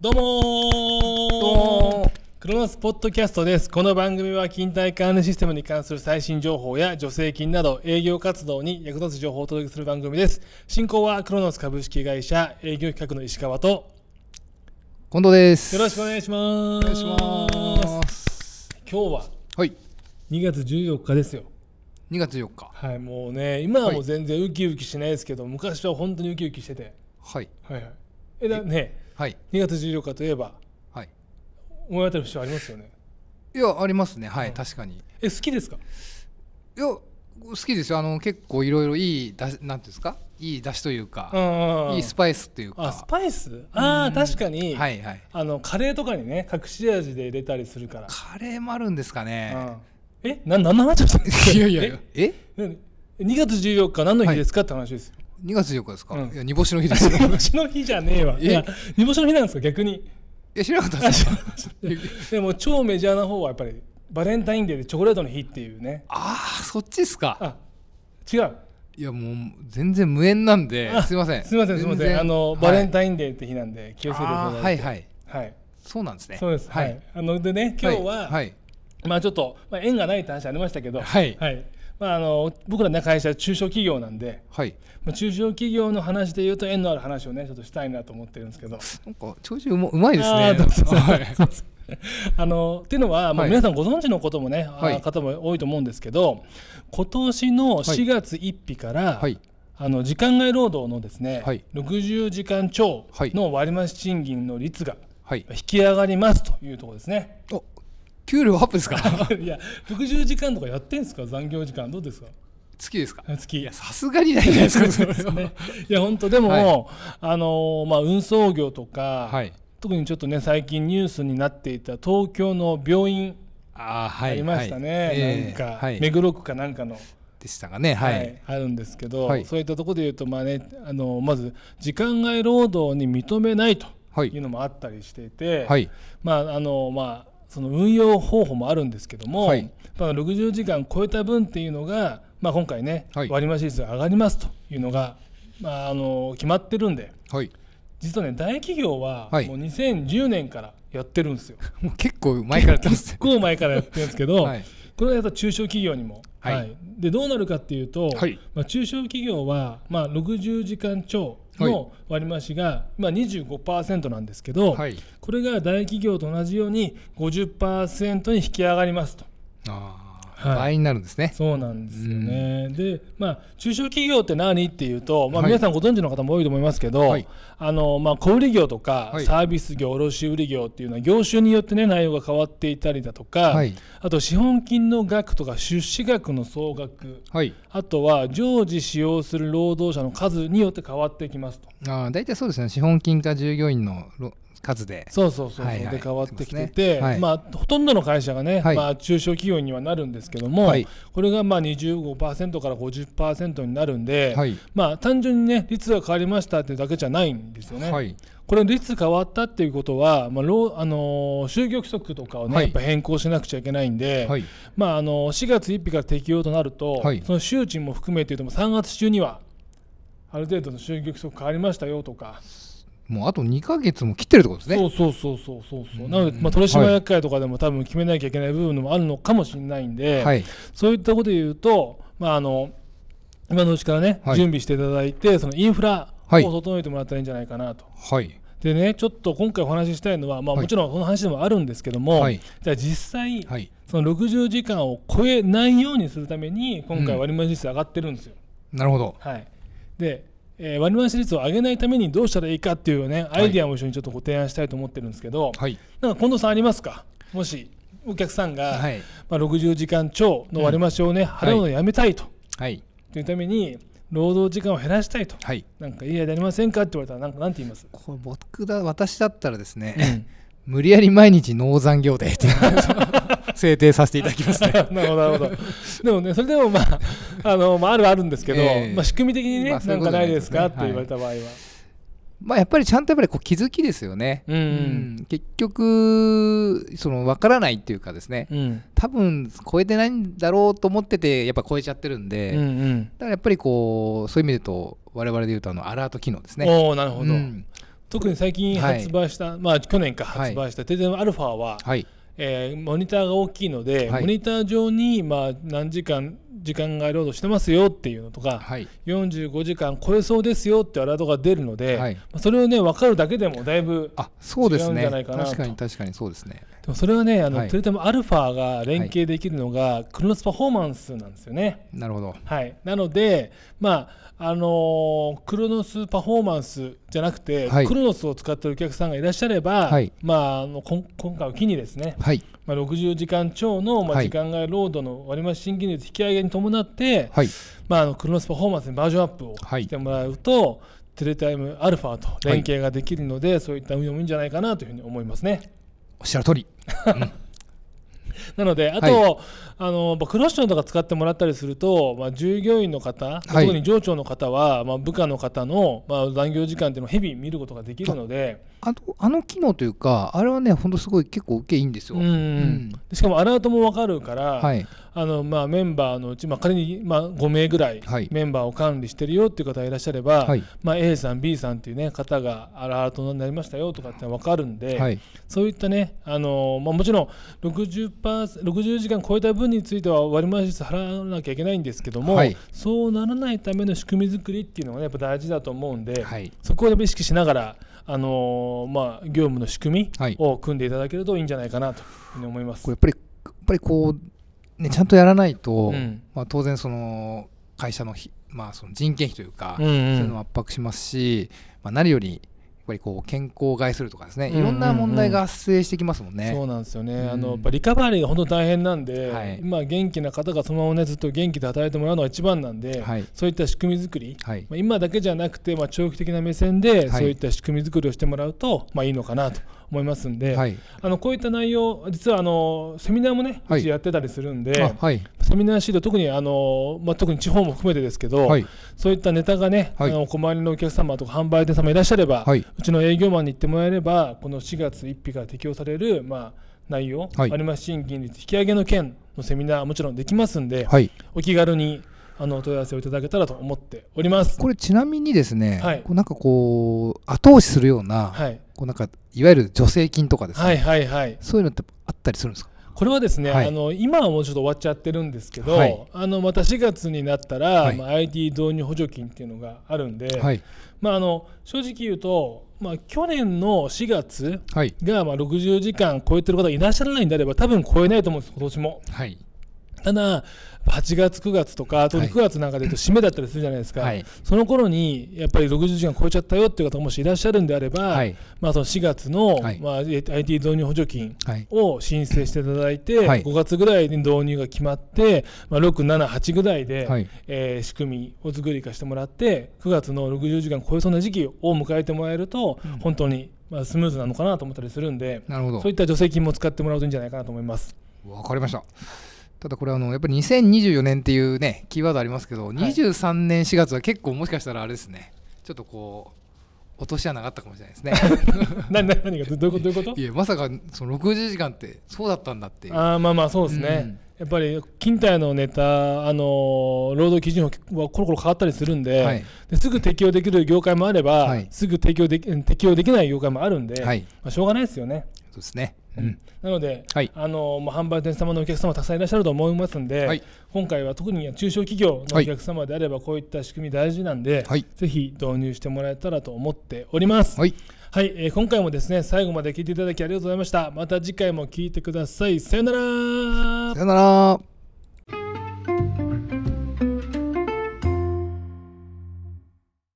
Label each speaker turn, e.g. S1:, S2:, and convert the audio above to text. S1: どうもー
S2: どうも
S1: クロノスポッドキャストです。この番組は勤怠管理システムに関する最新情報や助成金など営業活動に役立つ情報をお届けする番組です。進行はクロノス株式会社営業企画の石川と
S2: 近藤です
S1: よろしくお願いします。
S2: お願いします
S1: 今日は
S2: はい
S1: 2月14日ですよ。
S2: 2月4日
S1: はい、もうね、今はもう全然ウキウキしないですけど、昔は本当にウキウキしてて。
S2: はい
S1: はいはい。え、だね、
S2: はい
S1: 2月14日といえば
S2: はい
S1: 思い当たる節はありますよね。
S2: いやありますねはい、確かにい
S1: え、好きですか
S2: や好きですよあの結構いろいろいいだしなんていうんですかいい出汁というか、いいス
S1: イ
S2: パイスというか
S1: あスパイスああ確かに、
S2: はいはい
S1: あのカレーとかにね隠し味で入れたりするから、
S2: カレーもあるんですかね、
S1: うん、えな何の話をしてるんですか
S2: いやいやいやえ
S1: え何2月14日何の日ですか、って話ですよ
S2: 2月4日ですか、
S1: うん
S2: いや煮干しの日です よい
S1: 煮干しの日じゃねえわ
S2: え
S1: いや煮干しの日なんですか逆に
S2: や知らな かったですか
S1: でも超メジャーな方はやっぱりバレンタインデーでチョコレートの日っていうね
S2: ああそっちですか
S1: あ違う
S2: いやもう全然無縁なんで
S1: あ
S2: すいません
S1: すみませんすみませんあのバレン
S2: イ
S1: タインデーって日なんで気をつけてください
S2: はいあーはいはい
S1: はい
S2: そうなんですね
S1: そうですはい、あのでね今日は、
S2: はいはい
S1: まあちょっと、まあ、縁がないって話ありましたけど、
S2: はい
S1: まあ、あの僕らの会社は中小企業なんで、
S2: はい
S1: まあ、中小企業の話で言うと縁のある話をねちょっとしたいなと思ってるんですけど。
S2: なんかちょいちょいうまうまいです
S1: あー
S2: ね。
S1: どうぞ
S2: はい
S1: あのっていうのは、まあ
S2: はい
S1: 皆さんご存知のこともね、あー
S2: はい
S1: 方も多いと思うんですけど今年の4月1日から、
S2: はい
S1: あの時間外労働のですね、
S2: はい
S1: 60時間超
S2: はい
S1: の割増賃金の率が
S2: はい。
S1: 引き上がりますというところですね。
S2: お給料アップです か？
S1: いや60時間とかやってんですか残業時間どうですか
S2: 月ですか？
S1: 月
S2: いやさすがにないじゃないですか。それ は
S1: ね、いや本当でも、
S2: はい
S1: あのーまあ、運送業とか、
S2: はい。
S1: 特にちょっとね最近ニュースになっていた東京の病院
S2: ああは
S1: あ
S2: い。
S1: りましたね、
S2: はいええ
S1: なんか、
S2: はい
S1: 目黒区かなんかの、
S2: でしたかねは
S1: はいい。あるんですけど、
S2: はい
S1: そういったところで言うと、まあね、あのまず時間外労働に認めないと
S2: はいいう
S1: のもあったりしていて、
S2: はい
S1: まああのまあ、その運用方法もあるんですけども、
S2: はい
S1: まあ、60時間超えた分っていうのが、まあ、今回ね、
S2: はい
S1: 割増率が上がりますというのが、まあ、あの決まってるんで
S2: はい。
S1: 実はね大企業は
S2: はい
S1: もう2010年からやってるんですよ。
S2: もう 結構前からやってます
S1: 結
S2: ね。
S1: 構前からやってるんですけど、
S2: はい
S1: これはやっぱ中小企業にも、
S2: はい
S1: でどうなるかっていうと、
S2: はい
S1: まあ、中小企業は、まあ、60時間超
S2: は
S1: の割増が、まあ、25%なんですけど、
S2: はい
S1: これが大企業と同じように50%に引き上がりますと。
S2: ああ
S1: はい
S2: 倍になるんですね。
S1: そうなんですよね、で、まあ、中小企業って何っていうと、まあ、
S2: はい
S1: 皆さんご存知の方も多いと思いますけど、
S2: はい
S1: あのまあ、小売業とか
S2: はい
S1: サービス業、卸売業っていうのは業種によって、ね、内容が変わっていたりだとか、
S2: はい
S1: あと資本金の額とか出資額の総額
S2: はい。
S1: あとは常時使用する労働者の数によって変わってきますと。
S2: ああ大体そうですね。資本金か従業員のろ数で。
S1: そうそうそうそう、
S2: はいはい
S1: で変わってきて
S2: やっててますねはい
S1: まあ、ほとんどの会社がね、
S2: はい
S1: まあ、中小企業にはなるんですけども、
S2: はい
S1: これがまあ25%から50%になるんで、
S2: はい
S1: まあ、単純にね率が変わりましたっていうだけじゃないんですよね。
S2: はい
S1: これ率変わったっていうことは、まあ労あのー就業規則とかをね、
S2: はい
S1: やっぱ変更しなくちゃいけないんで、
S2: はい
S1: まああのー4月1日から適用となると、
S2: はい
S1: その周知も含めて言うとも3月中にはある程度の就業規則変わりましたよとか、
S2: もうあと2ヶ月も切ってるってことですね。
S1: そうそうそうそうそうそうなので、まあ、取締役会とかでも多分決めなきゃいけない部分もあるのかもしれないんで、
S2: はい
S1: そういったことで言うと、まあ、あの今のうちからね、
S2: はい
S1: 準備していただいてそのインフラを
S2: はい
S1: 整えてもらったらいいんじゃないかなと。
S2: はい
S1: でねちょっと今回お話ししたいのは、まあ、
S2: はい
S1: もちろんその話でもあるんですけども、
S2: はい
S1: じゃあ実際、
S2: はい。
S1: その60時間を超えないようにするために今回
S2: うん
S1: 割増率上がってるんですよ。
S2: なるほど。
S1: はい、で、えー割増率を上げないためにどうしたらいいかっていうねアイディアも一緒にちょっとご提案したいと思ってるんですけど、
S2: はい
S1: なんか近藤さんありますかもしお客さんが、
S2: はい
S1: まあ、60時間超の割増をね、払うのをやめたいと,、
S2: はい
S1: というために労働時間を減らしたいと
S2: はい。
S1: なんかいいアイデアありませんかって言われたらなんかなんて言います、
S2: これ僕だ私だったらですね。無理やり毎日農残業デー っていうのを制定させていただきますね。
S1: なるほどなるほどでもねそれでもま ああの、まあ、あるはあるんですけど、
S2: ええ
S1: まあ、仕組み的にね、
S2: まあそう
S1: ない
S2: うんこ
S1: か
S2: とじゃ
S1: な
S2: ないい
S1: で
S2: ですす
S1: か
S2: ね
S1: って言われた場合は、
S2: まあやっぱりちゃんとやっぱりこう気づきですよね。
S1: うん
S2: うん結局その分からないっていうかですね
S1: うんうん
S2: 多分超えてないんだろうと思っててやっぱ超えちゃってるんで、
S1: う
S2: だか
S1: ん
S2: らやっぱりこうそういう意味で言うと我々で言うとあのアラート機能ですね。
S1: おおなるほど、
S2: うん
S1: と特に最近
S2: はい
S1: 発売した、まあ去年か
S2: はい
S1: 発売したテデアルファは、
S2: はい
S1: えーモニターが大きいので、
S2: はい
S1: モニター上にまあ何時間時間外労働してますよっていうのとか、
S2: はい
S1: 45時間超えそうですよってアラートが出るので、
S2: はい
S1: まあそれをね分かるだけでもだいぶ
S2: あそうです
S1: 違うんじ
S2: ね
S1: ゃないかなと
S2: 確かに確かにそうですね
S1: でもそれはねあの、
S2: はい
S1: テレタムアルファが連携できるのが、クロノスパフォーマンスなんですよね。
S2: なるほど
S1: はい、なので、まああのークロノスパフォーマンスじゃなくて、
S2: はい
S1: クロノスを使ってるお客さんがいらっしゃれば、
S2: はい
S1: まあ、あのこん今回を機にですね、
S2: はい
S1: まあ、60時間超の、まあ、
S2: はい
S1: 時間外労働の割増賃金率引き上げに伴って、
S2: はい
S1: まあ、あのクロノスパフォーマンスにバージョンアップを
S2: はい
S1: してもらうと、テレタイムアルファと連携ができるので、そういった運用もいいんじゃないかなというふうに思いますね。
S2: おっしゃる通り
S1: なので、あと、
S2: は
S1: あのまあクロッションとか使ってもらったりすると、まあ、従業員の方、特に上長の方は、まあ、部下の方の、まあ、残業時間っていうのを日々見ることができるので、
S2: あのあの機能というかあれはねほんとすごい結構受けいいんですよ、
S1: うん
S2: ん
S1: しかもアラートも分かるから、
S2: はい
S1: あのまあ、メンバーのうち、まあ、仮に、まあ、5名ぐらい
S2: はい
S1: メンバーを管理してるよっていう方がいらっしゃれば、
S2: はい
S1: まあ、A さん、B さんっていう、ね、方がアラートになりましたよとかって分かるんで。
S2: はい
S1: そういったね、あのまあ、もちろん 60, 60時間超えた分については割増率払わなきゃいけないんですけども、
S2: はい
S1: そうならないための仕組み作りっていうのが、ね、やっぱ大事だと思うんで、
S2: はい
S1: そこをやっぱ意識しながら、あのまあ、業務の仕組
S2: は
S1: み
S2: い
S1: を組んでいただけるといいんじゃないかなというふうに思います。
S2: これやっぱりやっぱりこうねちゃんとやらないと、
S1: うん
S2: まあ、当然その会社のひ、まあ、その人件費というか、
S1: うんうん
S2: そういうのも圧迫しますし、まあ、何よりやっぱりこう健康を害するとかですね、
S1: うんうんうん
S2: いろんな問題が発生してきますもんね。
S1: そうなんですよね、
S2: うん
S1: あのやっぱリカバリーが本当に大変なんで、
S2: はい
S1: まあ、元気な方がそのまま、ね、ずっと元気で働いてもらうのが一番なんで、
S2: はい
S1: そういった仕組み作り、
S2: はい
S1: まあ、今だけじゃなくて、まあ、長期的な目線で、
S2: はい
S1: そういった仕組み作りをしてもらうと、まあ、いいのかなと思いますんで、
S2: はい
S1: あのこういった内容、実はあのセミナーもね、
S2: はいう
S1: ちやってたりするんで、
S2: あはい
S1: セミナーシート、特にあの、まあ、特に地方も含めてですけど、
S2: はい
S1: そういったネタがね、
S2: はい
S1: あのお困りのお客様とか販売店様いらっしゃれば、
S2: はい、
S1: うちの営業マンに行ってもらえれば、この4月1日から適用される、まあ、内容、
S2: はい
S1: 割増賃金率引き上げの件のセミナー、もちろんできますんで、
S2: はい
S1: お気軽にあのお問い合わせをいただけたらと思っております。
S2: これちなみにですね、
S1: はい
S2: こうなんかこう後押しするような、
S1: はい、
S2: こうなんかいわゆる助成金とかですね、
S1: はいはいはい、
S2: そういうのってあったりするんですか
S1: これはですね、
S2: はい
S1: あの今はもうちょっと終わっちゃってるんですけど、
S2: はい
S1: あのまた4月になったら、
S2: はい
S1: まあ、IT 導入補助金っていうのがあるんで、
S2: はい
S1: まあ、あの正直言うと、まあ、去年の4月
S2: はい
S1: がまあ60時間超えてる方がいらっしゃらないんであれば多分超えないと思うんです今年も
S2: はい
S1: ただ8月9月とか特に
S2: はい
S1: 9月なんかで言うと締めだったりするじゃないですか、
S2: はい
S1: その頃にやっぱり60時間超えちゃったよっていう方がもしいらっしゃるんであれば、
S2: はい
S1: まあ、その4月の、
S2: はい
S1: まあ、IT 導入補助金
S2: はい
S1: を申請していただいて、
S2: はい
S1: 5月ぐらいに導入が決まって、まあ、678ぐらいで、
S2: はい
S1: えー仕組みを作り化してもらって9月の60時間超えそうな時期を迎えてもらえると、
S2: うん
S1: 本当に、まあ、スムーズなのかなと思ったりするんで
S2: なるほど
S1: そういった助成金も使ってもらうといいんじゃないかなと思い ます。
S2: わかりました。ただこれあのやっぱり2024年っていうねキーワードありますけど、23年4月は結構もしかしたらあれですねちょっとこう落とし穴があったかもしれないですね
S1: なな何がどどういうことどういうこと
S2: いやまさかその60時間ってそうだったんだっていうは
S1: あーまあまあそうですね、
S2: うん
S1: やっぱり勤怠のネタ、あのー労働基準法はコロコロ変わったりするんで,、
S2: はい
S1: ですぐ適用できる業界もあれば、
S2: はい
S1: すぐ適用でき適用できない業界もあるんで、
S2: い
S1: まあ、しょうがないですよね。
S2: そうですね、う
S1: うんん、なので、
S2: はい
S1: あのーもう販売店様のお客様たくさんいらっしゃると思いますんで、
S2: はい
S1: 今回は特に中小企業のお客様であればこういった仕組み大事なんで、
S2: はい
S1: ぜひ導入してもらえたらと思っております。
S2: はい
S1: はい、えー今回もですね最後まで聞いていただきありがとうございましたまた次回も聞いてくださいさよなら
S2: さよなら